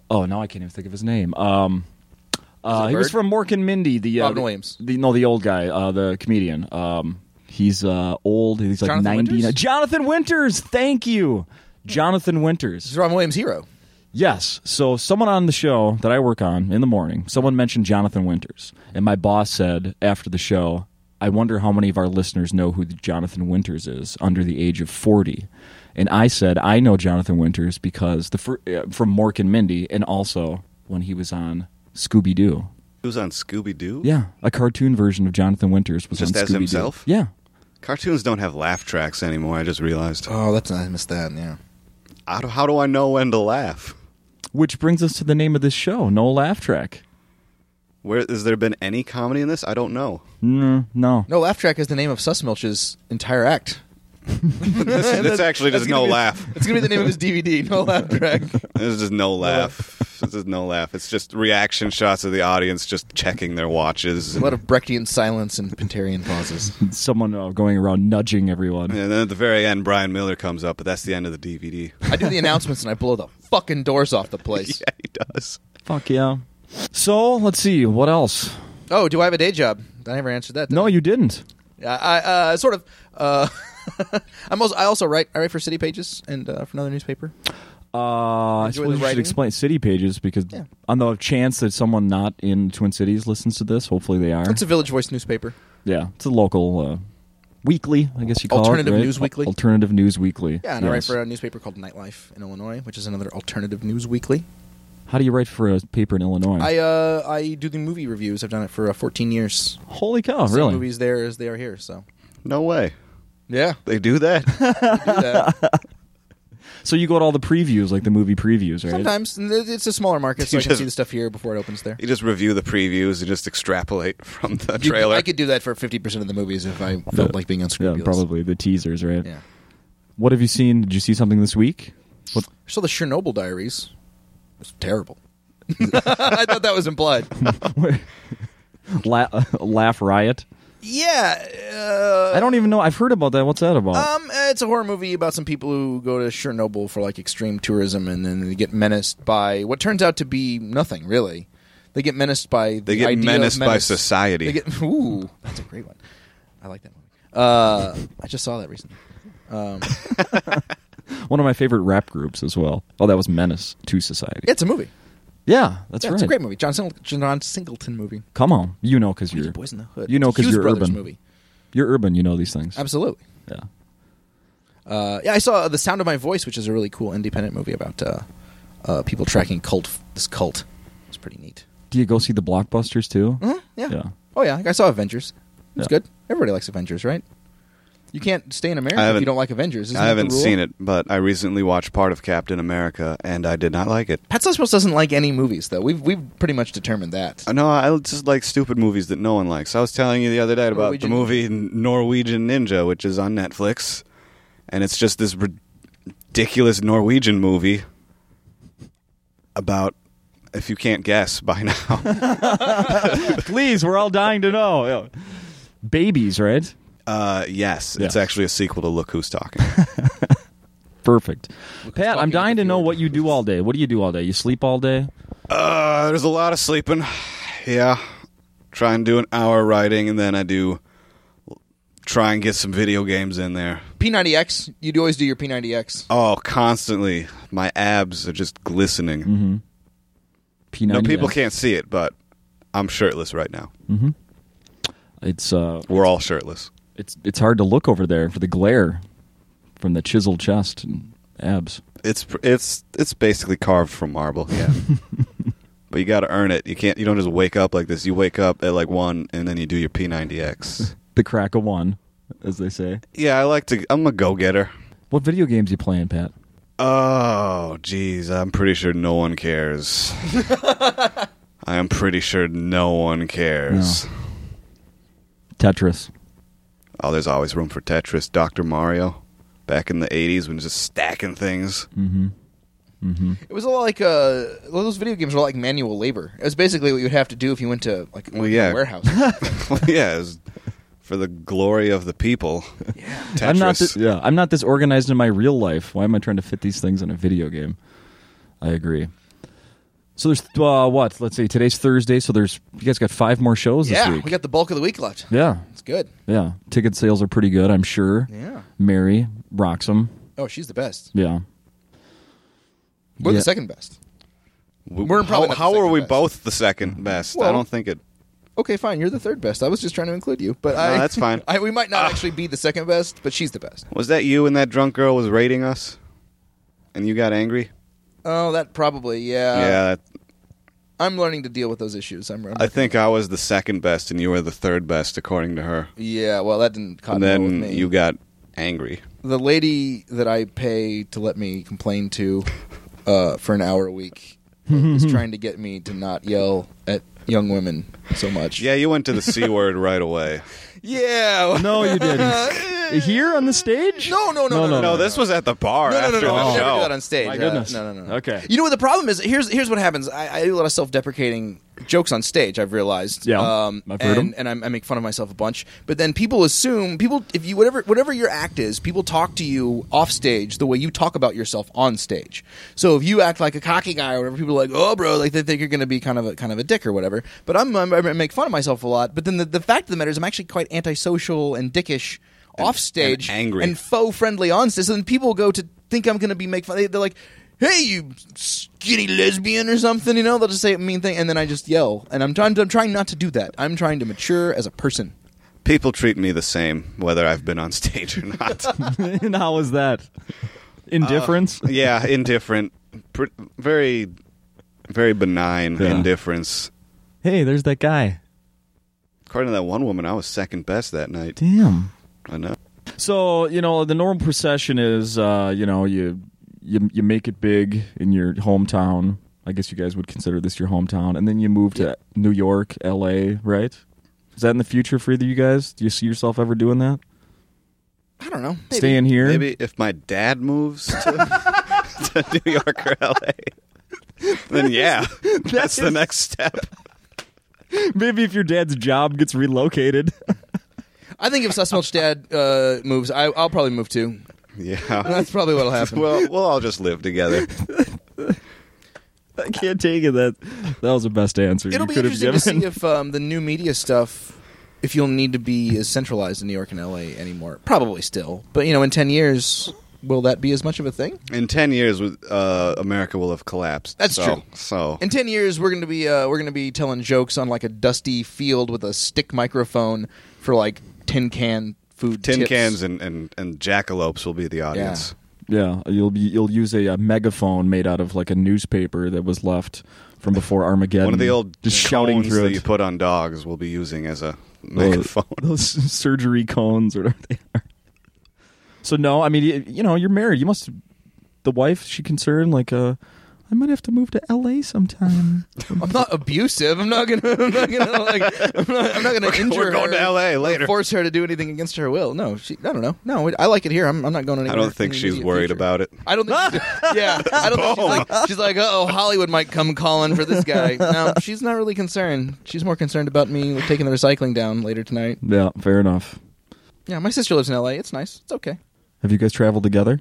A: Oh, now I can't even think of his name. Um, uh,
B: it
A: he was
B: Bird?
A: from Mork and Mindy. The uh,
B: Robin
A: the-
B: Williams.
A: The, no, the old guy, uh, the comedian. Um, he's uh, old. He's like
B: Jonathan
A: ninety.
B: Winters? Hmm.
A: Jonathan Winters. Thank you, Jonathan Winters.
B: It's Robin Williams' hero.
A: Yes. So someone on the show that I work on in the morning, someone mentioned Jonathan Winters, and my boss said after the show, "I wonder how many of our listeners know who Jonathan Winters is under the age of 40." And I said, "I know Jonathan Winters because the fir- uh, from Mork and Mindy and also when he was on Scooby Doo."
C: He was on Scooby Doo.
A: Yeah, a cartoon version of Jonathan Winters was
C: Just
A: on
C: as
A: Scooby-Doo.
C: himself?
A: Yeah.
C: Cartoons don't have laugh tracks anymore. I just realized.
B: Oh, that's I missed that. Yeah.
C: How do, how do I know when to laugh?
A: Which brings us to the name of this show, No Laugh Track.
C: Where has there been any comedy in this? I don't know.
A: Mm, no.
B: No, laugh track is the name of Sussmilch's entire act.
C: This, this actually just no laugh.
B: It's gonna be the name of his DVD. No laugh track.
C: This is just no laugh. This is no laugh. It's just reaction shots of the audience just checking their watches.
B: A lot of Brechtian silence and Pinterian pauses.
A: Someone uh, going around nudging everyone.
C: and then at the very end, Brian Miller comes up, but that's the end of the DVD.
B: I do the announcements and I blow the fucking doors off the place.
C: yeah, he does.
A: Fuck yeah. So let's see what else.
B: Oh, do I have a day job? I never answered that. did
A: No,
B: I?
A: you didn't.
B: Yeah, I uh, sort of. Uh, I'm also, I also write. I write for City Pages and uh, for another newspaper.
A: Uh, I
B: Enjoy the
A: suppose you should
B: writing?
A: explain city pages because
B: Yeah.
A: on the chance that someone not in Twin Cities listens to this, hopefully they are.
B: It's a Village Voice newspaper.
A: yeah, it's a local uh, weekly, I guess you call
B: Alternative
A: it. right?
B: News Weekly?
A: Alternative News Weekly.
B: Yeah, and I write
A: Yes.
B: for a newspaper called Nightlife in Illinois, which is another alternative news weekly.
A: How do you write for a paper in Illinois?
B: I uh, I do the movie reviews. I've done it for uh, 14 years.
A: Holy cow!
B: Same
A: Really?
B: movies there as they are here. So
C: No way.
B: yeah,
C: They do that.
B: do that.
A: So you go to all the previews, like the movie previews, right?
B: sometimes and it- it's a smaller market, so
C: You
B: I can
C: just-
B: see the stuff here before it opens there.
C: you just review the previews and just extrapolate from the
B: You-
C: trailer.
B: I could do that for 50 percent of the movies if I
A: Yeah.
B: felt like being
A: Yeah,
B: unscrupulous.
A: probably the teasers, right?
B: Yeah.
A: What have you seen? Did you see something this week? What?
B: Saw the Chernobyl Diaries. It's terrible. I thought that was implied.
A: La- laugh riot.
B: Yeah, uh,
A: I don't even know. I've heard about that. What's that about?
B: Um, it's a horror movie about some people who go to Chernobyl for like extreme tourism, and then they get menaced by what turns out to be nothing really. They get menaced by the
C: They get
B: idea
C: menaced
B: of
C: by
B: menace.
C: society.
B: They get ooh, that's a great one. I like that movie. Uh, I just saw that recently. Um,
A: One of my favorite rap groups as well. Oh, that was Menace to Society.
B: it's a movie.
A: yeah, that's
B: Yeah,
A: right.
B: It's a great movie. John, Sing- John Singleton movie.
A: Come on, you know because
B: You're,
A: you're
B: Boys in the Hood.
A: you know 'cause
B: Hughes
A: you're
B: Brothers
A: urban.
B: movie.
A: you're urban. You know these things.
B: Absolutely.
A: Yeah.
B: Uh, yeah, I saw The Sound of My Voice, which is a really cool independent movie about uh, uh, people tracking cult. This cult It's pretty neat.
A: Do you go see the blockbusters too?
B: Mhm, yeah.
A: Yeah.
B: Oh yeah, I saw Avengers. It's
A: Yeah.
B: good. Everybody likes Avengers, right? You can't stay in America
C: I
B: if you
C: haven't-
B: don't like Avengers. Isn't
C: I
B: that
C: haven't
B: the rule?
C: seen it, but I recently watched part of Captain America, and I did not like it.
B: Pat Sussmuss doesn't like any movies, though. We've we've pretty much determined that.
C: Uh, No, I just like stupid movies that no one likes. I was telling you the other day about
B: Norwegian
C: the movie Norwegian Ninja, which is on Netflix, and it's just this ridiculous Norwegian movie about if you can't guess by now.
A: Please, we're all dying to know. babies, right?
C: Uh, yes,
A: Yes.
C: it's actually a sequel to Look Who's Talking.
A: Perfect. Pat, I'm
B: talking
A: dying to
B: at the
A: know
B: field.
A: what you do all day. What do you do all day? You sleep all day?
C: uh, there's a lot of sleeping. Yeah, try and do an hour writing, and then I do try and get some video games in there.
B: P90X. You'd always do your P90X.
C: Oh, constantly, my abs are just glistening.
A: P90.
C: No, people can't see it, but I'm shirtless right now.
A: It's uh,
C: We're all shirtless.
A: it's it's hard to look over there for the glare from the chiseled chest and abs.
C: It's pr- it's it's basically carved from marble. Yeah. But you got to earn it. You can't. You don't just wake up like this. You wake up at like one, and then you do your P90X.
A: The crack of one, as they say.
C: yeah, I like to. I'm a go getter.
A: What video games you playing, Pat?
C: Oh, geez, I'm pretty sure no one cares. I am pretty sure no one cares.
A: Tetris.
C: Oh, there's always room for Tetris, Dr. Mario. Back in the 80s when just stacking things.
B: Mm. It was a lot like uh, well, those video games were like manual labor. It was basically what you would have to do if you went to like
C: Well, yeah.
B: a warehouse.
C: well, Oh, yeah, it was for the glory of the people. Yeah. Tetris.
A: I'm not. This, yeah, I'm not this organized in my real life. Why am I trying to fit these things in a video game? I agree. So there's uh, what? Let's see. Today's Thursday, so there's you guys got five more shows
B: yeah,
A: this week.
B: we got the bulk of the week left.
A: yeah,
B: It's good.
A: yeah. Ticket sales are pretty good, I'm sure.
B: Yeah.
A: Mary Roxham.
B: Oh, she's the best.
A: Yeah.
B: We're
A: Yeah.
B: the second best.
C: We-
B: we're probably not
C: how,
B: the
C: how are
B: second
C: we
B: best. Mm-hmm.
C: both the second best? I
B: Well-
C: don't think it.
B: Okay, fine. You're the third best. I was just trying to include you, but
C: No,
B: I,
C: that's fine. Ah.
B: I, we might not actually be the second best, but she's the best.
C: Was that you and that drunk girl was rating us? And you got angry?
B: Oh, that probably. Yeah.
C: yeah, that,
B: I'm learning to deal with those issues. I'm. I'm
C: I think I was the second best and you were the third best, according to her.
B: yeah. Well, that didn't. cotton
C: And
B: well with
C: then
B: me.
C: you got angry.
B: the lady that I pay to let me complain to uh, for an hour a week is trying to get me to not yell at young women so much.
C: Yeah, you went to the C word right away.
B: Yeah.
A: No, you didn't. Here on the stage?
B: No, no, no, no, no,
C: No, this was at the bar
B: No, no,
C: after
B: no, no! I
C: the
B: would never
C: show.
B: do that on stage.
A: My
B: Uh,
A: goodness.
B: no, no, no, no.
A: Okay.
B: You know what the problem is? Here's here's what happens. I, I do a lot of self-deprecating jokes on stage. I've realized.
A: Yeah.
B: Um,
A: I've heard 'em.
B: and, and I'm- I make fun of myself a bunch. But then people assume people if you whatever whatever your act is, people talk to you off stage the way you talk about yourself on stage. So if you act like a cocky guy or whatever, people are like, oh, bro, like they think you're going to be kind of a kind of a dick or whatever. But I'm, I'm I make fun of myself a lot. But then the, the fact of the matter is, I'm actually quite antisocial and dickish. Off stage,
C: and angry.
B: and faux friendly on stage. So then people go to think I'm going to be make fun. they- They're like, "Hey, you skinny lesbian" or something. You know, they'll just say a mean thing, and then I just yell. And I'm trying. To, I'm trying not to do that. I'm trying to mature as a person.
C: People treat me the same whether I've been on stage or not.
A: and how was that? Indifference?
C: yeah, indifferent, Pr- very, very benign
A: Yeah.
C: indifference.
A: hey, there's that guy.
C: According to that one woman, I was second best that night.
A: Damn.
C: I know.
A: So you know the normal procession is uh, you know you you you make it big in your hometown. I guess you guys would consider this your hometown, and then you move to New York, L.A. Right? Is that in the future for either of you guys? Do you see yourself ever doing that?
B: I don't know. Maybe.
A: Staying here?
C: Maybe if my dad moves to, to New York or LA, then yeah, that's the next step.
A: Maybe if your dad's job gets relocated.
B: I think if Sussmilch's dad uh, moves, I, I'll probably move too.
C: Yeah.
B: That's probably what'll happen.
C: Well, we'll all just live together.
A: I can't take it. That that was the best answer.
B: It'll
A: you
B: be
A: could have
B: interesting to
A: given.
B: see if um, the new media stuff, if you'll need to be as centralized in New York and L.A. anymore. Probably still, but you know, in ten years, will that be as much of a thing?
C: In ten years, uh, America will have collapsed.
B: That's
C: so,
B: true.
C: So
B: In ten years, we're gonna be uh, we're gonna be telling jokes on like a dusty field with a stick microphone for like tin can food.
C: tin
B: tips.
C: cans and, and, and jackalopes will be the audience.
A: Yeah, you'll be you'll use a, uh megaphone made out of like a newspaper that was left from before Armageddon.
C: One of the old
A: just shouting
C: cones
A: through
C: that
A: it.
C: you put on dogs will be using as a
A: Those-
C: megaphone.
A: Those surgery cones or whatever they are. So no, I mean you, you know you're married. You must the wife she concerned like uh I might have to move to L.A. sometime.
B: I'm not abusive. I'm not gonna. I'm not gonna. Like, I'm not, I'm not gonna injure
C: We're going
B: her.
C: to L.A. later.
B: or Force her to do anything against her will. No, she. I don't know. No, I like it here. I'm, I'm not going
C: I
B: anywhere.
C: don't
B: in
C: think
B: the
C: she's
B: immediate
C: worried
B: future.
C: about it.
B: I don't think. She's, yeah, I don't think she's like. She's like, oh, Hollywood might come calling for this guy. No, she's not really concerned. She's more concerned about me taking the recycling down later tonight.
A: yeah, fair enough.
B: Yeah, my sister lives in L.A. It's nice. It's okay.
A: Have you guys traveled together?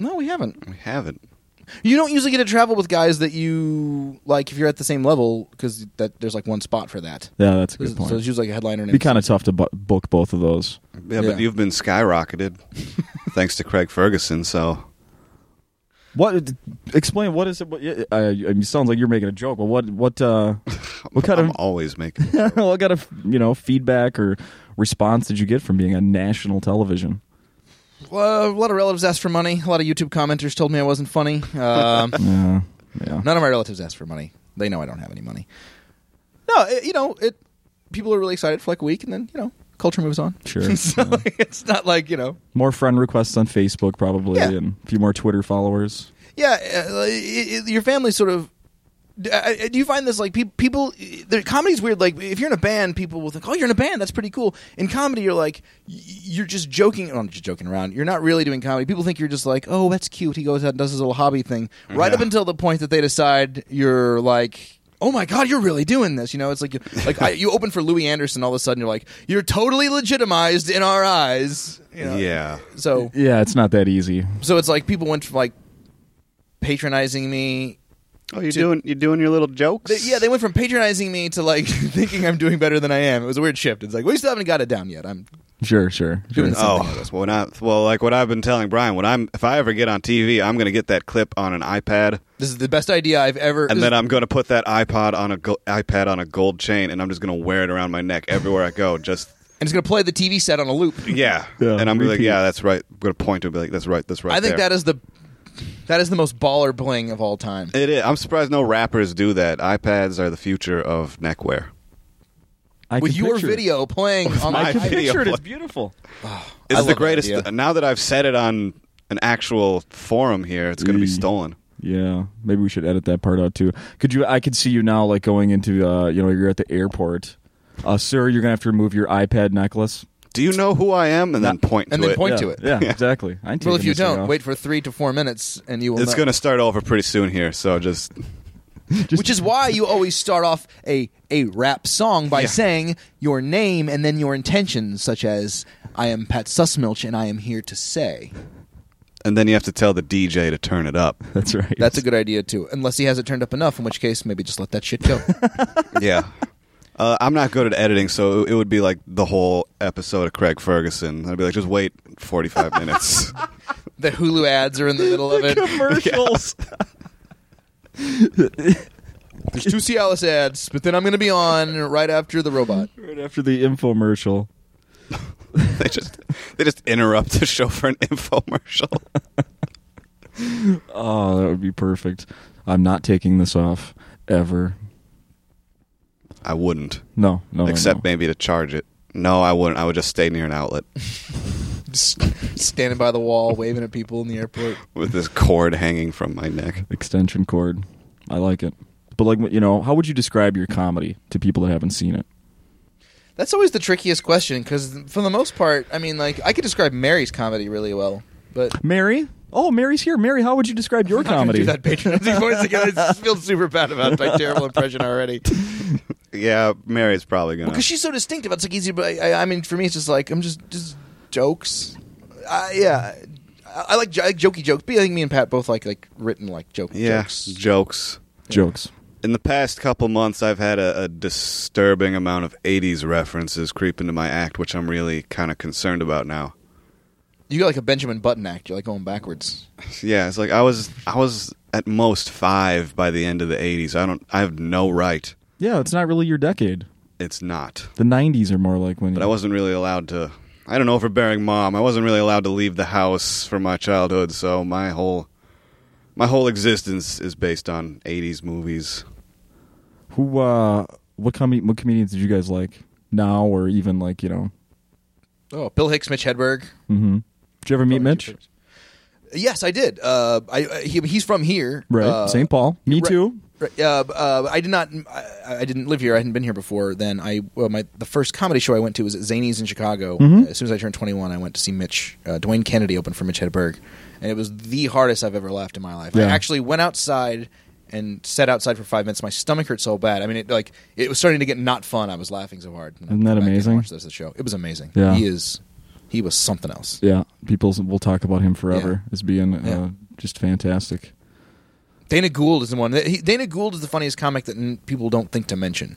B: No, we haven't.
C: We haven't.
B: You don't usually get to travel with guys that you like if you're at the same level because that there's like one spot for that.
A: Yeah, that's a
B: So
A: good point.
B: it's usually like a headliner. and
A: It'd be kind of tough to bu- book both of those.
C: Yeah,
B: Yeah.
C: but you've been skyrocketed thanks to Craig Ferguson. So
A: What? Explain what is it? What, yeah, I, I mean, it sounds like you're making a joke, but what? What? Uh, what kind
C: I'm
A: of?
C: always making.
A: what kind of you know feedback or response did you get from being on national television?
B: Well, a lot of relatives asked for money. A lot of YouTube commenters told me I wasn't funny. Um,
A: Yeah, yeah.
B: none of my relatives asked for money. They know I don't have any money. No, it, you know, it. People are really excited for like a week, and then you know, culture moves on.
A: Sure,
B: so like, it's not like you know.
A: More friend requests on Facebook probably,
B: Yeah.
A: and a few more Twitter followers.
B: Yeah, uh, it, it- your family sort of. d- I- I- Do you find this like pe- people? The comedy's weird. Like if you're in a band, people will think, "Oh, you're in a band. That's pretty cool." In comedy, you're like, y- you're just joking. Oh, I'm just joking around. You're not really doing comedy. People think you're just like, "Oh, that's cute." He goes out and does his little hobby thing. Right up until the point that they decide you're like. Oh my God! You're really doing this, you know? It's like, like I, you open for Louis Anderson, all of a sudden you're like, you're totally legitimized in our eyes. you know?
C: yeah.
B: So
A: Yeah, it's not that easy.
B: so it's like people went from like patronizing me.
C: Oh, you're
B: To-
C: doing you're doing your little jokes.
B: They, yeah, they went from patronizing me to like thinking I'm doing better than I am. It was a weird shift. It's like we still haven't got it down yet. I'm
A: Sure, sure. sure.
B: doing something.
C: Oh, when I well, like what I've been telling Brian, when I'm if I ever get on TV, I'm going to get that clip on an iPad,
B: This is the best idea I've ever.
C: and
B: this
C: then
B: is-
C: I'm going to put that iPod on a go- iPad on a gold chain, and I'm just going to wear it around my neck everywhere I go. Just
B: and it's gonna play the TV set on a loop.
C: yeah,
A: Yeah,
C: and I'm gonna be like,
A: repeat.
C: yeah, that's right. I'm going to point to it, and be like, that's right, that's right.
B: I think
C: there.
B: that is the that is the most baller bling of all time.
C: it is. I'm surprised no rappers do that. iPads are the future of neckwear.
A: I
B: With
A: can
B: your
A: picture it.
B: video playing on
C: my
A: I
B: my
A: can
C: iPad. video
A: picture it.
C: play.
A: It's beautiful.
C: It's
B: love
C: the
B: that
C: greatest.
B: idea.
C: now that I've said it on an actual forum here, it's going to be
A: Eee.
B: Mm.
C: stolen.
A: Yeah, maybe we should edit that part out too. Could you? I could see you now, like going into, uh, you know, you're at the airport. Uh, sir, you're gonna have to remove your iPad necklace.
C: Do you know who I am? And then point
B: And
C: to
B: then
C: it.
B: point
A: yeah,
B: to it.
A: Yeah, exactly. I ain't
B: Well, if
A: taking
B: you
A: this thing
B: don't,
A: off.
B: wait for three to four minutes, and you will.
C: It's
B: know.
C: going to start over pretty soon here, so just
B: which is why you always start off a a rap song by saying your name and then your intentions, such as "I am Pat Sussmilch and I am here to say."
C: and then you have to tell the DJ to turn it up.
A: That's right.
B: That's a good idea too, unless he has it turned up enough, in which case maybe just let that shit go.
C: yeah. Uh, I'm not good at editing, so it would be like the whole episode of Craig Ferguson. I'd be like, just wait 45 minutes.
B: the Hulu ads are in the middle of it.
A: commercials.
B: There's two Cialis ads, but then I'm going to be on right after the robot.
A: right after the infomercial.
C: they just they just interrupt the show for an infomercial.
A: Oh, that would be perfect. I'm not taking this off ever.
C: I wouldn't,
A: No, no. no,
C: except
A: no.
C: maybe to charge it. No, I wouldn't. I would just stay near an outlet
B: Just standing by the wall, waving at people in the airport.
C: with this cord hanging from my neck.
A: extension cord. I like it. But like you know, how would you describe your comedy to people that haven't seen it?
B: That's always the trickiest question because, for the most part, I mean, like I could describe Mary's comedy really well, but
A: Mary? Oh, Mary's here. Mary, how would you describe your comedy?
B: Do that patronizing voice again. I just feel super bad about my terrible impression already.
C: Yeah, Mary's probably gonna.
B: Because she's so distinctive, it's like easy. But I, I mean, for me, it's just like I'm just just jokes. I, yeah, I, I like jo- I like jokey jokes. But I think me and Pat both like like written like joke
C: yeah,
B: jokes.
C: jokes.
A: Jokes.
C: In the past couple months, I've had a, a disturbing amount of 80s references creep into my act, which I'm really kind of concerned about now.
B: You got like a Benjamin Button act. You're like going backwards.
C: Yeah, it's like I was I was at most 5 by the end of the 80s. I don't I have no right.
A: Yeah, it's not really your decade.
C: It's not.
A: The '90s are more like when.
C: But
A: you-
C: I wasn't really allowed to I don't know overbearing mom. I wasn't really allowed to leave the house for my childhood, so my whole my whole existence is based on 80s movies.
A: who? Uh, what com- What comedians did you guys like now, or even like you know?
B: Oh, Bill Hicks, Mitch Hedberg.
A: hmm Did you ever meet Mitch?
B: Yes, I did. Uh, I, I he, he's from here,
A: Right.
B: Uh,
A: St. Paul. Me
B: right-
A: too.
B: right, Uh, uh, I did not. I, I didn't live here. I hadn't been here before. Then I well, my the first comedy show I went to was at Zany's in Chicago.
A: Mm-hmm.
B: As soon as I turned twenty one, I went to see Mitch uh, Dwayne Kennedy open for Mitch Hedberg, and it was the hardest I've ever laughed in my life. I
A: Yeah.
B: actually went outside and sat outside for five minutes. My stomach hurt so bad. I mean, it like it was starting to get not fun. I was laughing so hard. And I
A: Isn't that
B: went back in and
A: amazing?
B: watched this at the show. It was amazing.
A: Yeah.
B: he is. He was something else.
A: Yeah. People will talk about him forever as being uh,
B: Yeah.
A: just fantastic.
B: Dana Gould is the one. He, Dana Gould is the funniest comic that n- people don't think to mention.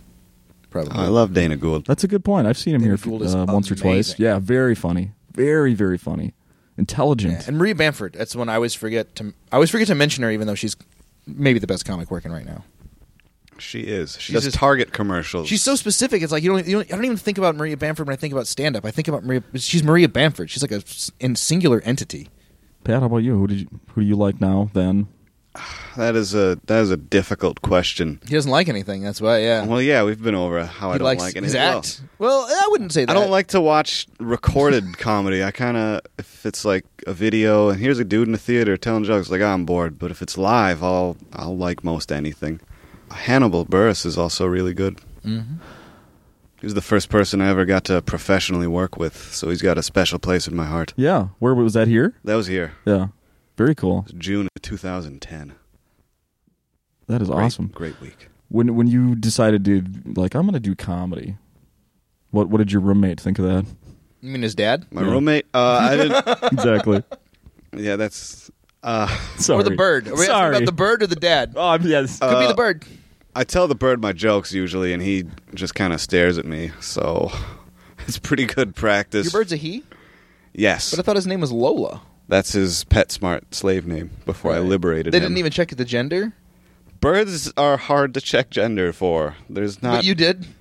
B: Probably.
C: I love Dana Gould.
A: That's a good point. I've seen him
B: David
A: here
B: Gould is
A: uh, once or twice.
B: amazing.
A: Yeah, very funny. Very very funny. Intelligent.
B: Yeah, And Maria Bamford. That's the one I always forget to. I always forget to mention her, even though she's maybe the best comic working right now.
C: She is. She
B: She's
C: does
B: just-
C: Target commercials.
B: She's so specific. It's like you don't. You don't I don't even think about Maria Bamford when I think about stand up. I think about Maria. She's Maria Bamford. She's like a s- in singular entity.
A: Pat, how about you? Who did you, who do you like now? Then
C: that is a that is a difficult question.
B: He doesn't like anything. That's why. Yeah.
C: Well, yeah, we've been over how
B: he
C: I don't
B: likes
C: like it.
B: his
C: Well,
B: act. Well, I wouldn't say that.
C: I don't like to watch recorded comedy. I kind of if it's like a video and here's a dude in a theater telling jokes, like I'm bored. But if it's live, I'll I'll like most anything. Hannibal Burris is also really good. Mm-hmm. He was the first person I ever got to professionally work with, so he's got a special place in my heart.
A: yeah, where was that here?
C: That was here,
A: Yeah, very cool.
C: It was June of 2010.
A: That is
C: Great-
A: awesome.
C: great week.
A: When when you decided to like I'm gonna do comedy, what what did your roommate think of that?
B: You mean his dad
C: My
A: Yeah.
C: roommate, uh, I didn't.
A: exactly.
C: Yeah, that's. Uh,
A: Sorry.
B: or the bird? Are we asking
A: Sorry.
B: about the bird or the dad? Could
A: Oh I'm- yes.
B: be
C: Uh,
B: the bird.
C: I tell the bird my jokes usually, and he just kind of stares at me. So it's pretty good practice.
B: Your bird's a he.
C: yes,
B: But I thought his name was Lola.
C: that's his PetSmart slave name. Before I
B: Right.
C: liberated
B: They
C: him.
B: didn't even check the gender,
C: Birds are hard to check gender for. There's not.
B: but you did.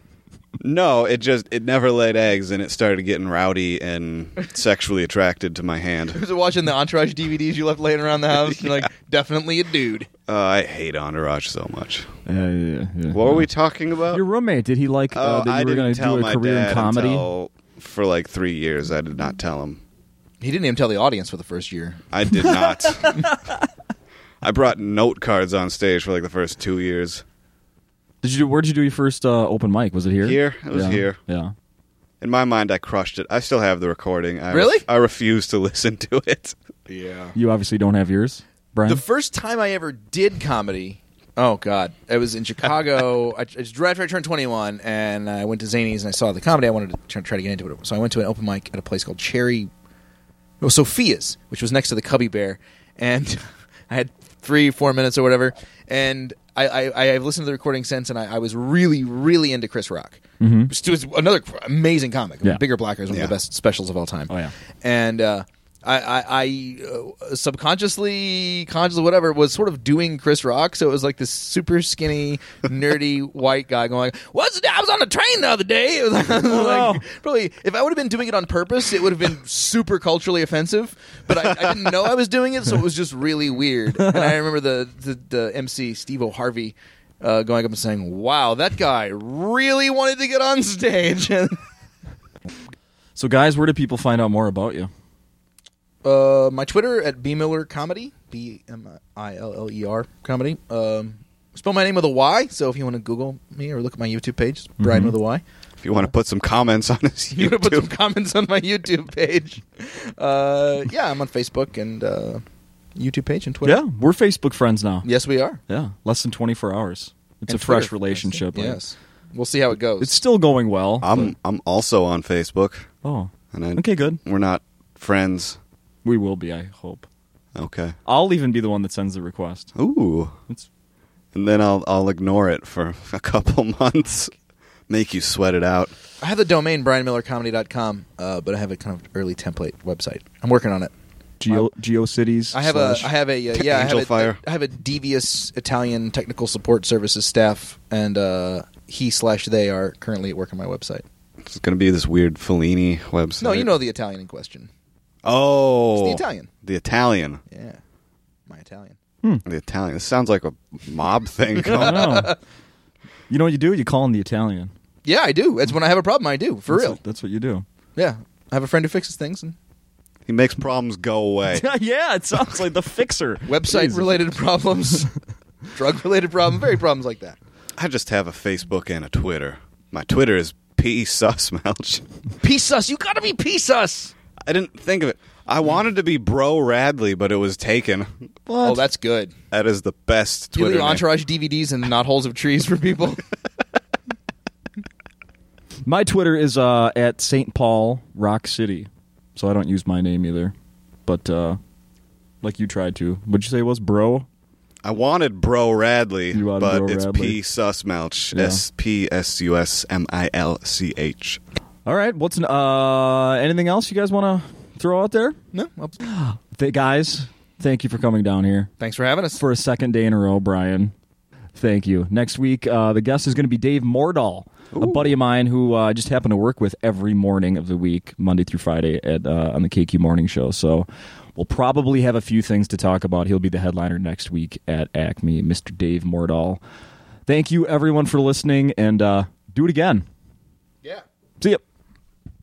C: No, it just it never laid eggs, and it started getting rowdy and sexually attracted to my hand.
B: Was it watching the Entourage DVDs you left laying around the house? You're like, definitely a dude.
C: Uh, I hate Entourage so much.
A: yeah, yeah, yeah, yeah.
C: What were we talking about?
A: Your roommate did he like
C: Oh,
A: uh, that you
C: I
A: were
C: didn't
A: gonna
C: tell
A: do a
C: my
A: career
C: dad
A: in comedy?
C: until- for like three years. I did not tell him.
B: He didn't even tell the audience for the first year.
C: I did not. I brought note cards on stage for like the first two years.
A: Did you do, where did you do your first uh, open mic? Was it here?
C: Here. It was
A: yeah.
C: here.
A: Yeah.
C: In my mind, I crushed it. I still have the recording. I
B: Really?
C: I refuse to listen to it.
B: Yeah.
A: You obviously don't have yours, Brian.
B: The first time I ever did comedy, oh god, it was in Chicago. I, I just right after I turned 21, and I went to Zany's and I saw the comedy. I wanted to try, try to get into it, so I went to an open mic at a place called Cherry, no Sophia's, which was next to the Cubby Bear, and I had three, four minutes or whatever, and I, I I've listened to the recording since, and I, I was really, really into Chris Rock. It was another amazing comic.
A: Mm-hmm. Yeah.
B: Bigger Blacker is one of the
C: Yeah.
B: best specials of all time.
A: Oh, yeah.
B: and uh, I, I, I uh, subconsciously, consciously, whatever, was sort of doing Chris Rock. So it was like this super skinny, nerdy white guy going, "What's the, I was on the train the other day." It was like,
A: no.
B: probably if I would have been doing it on purpose, it would have been super culturally offensive. But I, I didn't know I was doing it, so it was just really weird. And I remember the the, the MC Steve O'Harvey. Uh, going up and saying, "Wow, that guy really wanted to get on stage."
A: so guys, where do people find out more about you?
B: Uh, my Twitter at B Miller Comedy, B M I L L E R Comedy. Um, spell my name with a Y. So if you want to Google me or look at my YouTube page, it's Brian
A: Mm-hmm.
B: with a Y.
C: If you want to put some comments on his
B: You want to put some
C: YouTube,
B: comments on my YouTube page? Uh, yeah, I'm on Facebook and uh, YouTube page and Twitter.
A: Yeah, we're Facebook friends now.
B: Yes, we are.
A: Yeah, less than 24 hours. It's
B: And
A: a fresh
B: Twitter.
A: relationship. like,
B: Yes. We'll see how it goes.
A: It's still going well.
C: I'm I'm also on Facebook,
A: oh,
C: and I,
A: okay, good.
C: we're not friends.
A: We will be, I hope.
C: Okay.
A: I'll even be the one that sends the request.
C: Ooh.
A: It's
C: And then I'll I'll ignore it for a couple months. Make you sweat it out.
B: I have the domain brianmillercomedy.com, uh, but I have a kind of early template website. I'm working on it.
A: Geo GeoCities.
B: I have
A: slash-
B: a I have a uh, yeah I have
C: Angel
B: a,
C: Fire.
B: I have a devious Italian technical support services staff, and uh, he slash they are currently at work on my website.
C: It's going to be this weird Fellini website.
B: No, you know the Italian in question.
C: Oh,
B: It's the Italian.
C: The Italian.
B: Yeah, my Italian.
C: The Italian. This sounds like a mob thing.
A: I don't know. Oh, you know what you do? You call in the Italian.
B: Yeah, I do. That's when I have a problem. I do for
A: That's
B: real.
A: what- that's what you do.
B: Yeah, I have a friend who fixes things, and
C: He makes problems go away.
A: yeah, it sounds like the fixer.
B: Website
A: Jesus.
B: related problems, drug related problem, very problems like that.
C: I just have a Facebook and a Twitter. My Twitter is P Sussmelch.
B: Peace us. You gotta be peace us.
C: I didn't think of it. I wanted to be Bro Radley, but it was taken.
A: What?
B: Oh, that's good.
C: That is the best
B: Do you
C: Twitter.
B: leave
C: name.
B: entourage DVDs and not holes of trees for people?
A: My Twitter is uh, at St. Paul Rock City, so I don't use my name either. But uh, like you tried to, what'd you say it was bro?
C: I wanted Bro Radley,
A: You wanted
C: but
A: Bro
C: it's
A: Radley.
C: P Sussmelch.
A: Yeah.
C: S P S U S M I L C H.
A: All right. What's an, uh, anything else you guys want to throw out there?
B: no. Well,
A: Th- guys, thank you for coming down here
B: thanks for having us.
A: for a second day in a row, Brian. Thank you. Next week, uh, the guest is going to be Dave Mordahl, a buddy of mine who uh, I just happen to work with every morning of the week, Monday through Friday, at uh, on the KQ Morning Show. So we'll probably have a few things to talk about. He'll be the headliner next week at Acme, Mr. Dave Mordahl. Thank you, everyone, for listening, and uh, do it again.
B: yeah.
A: See ya.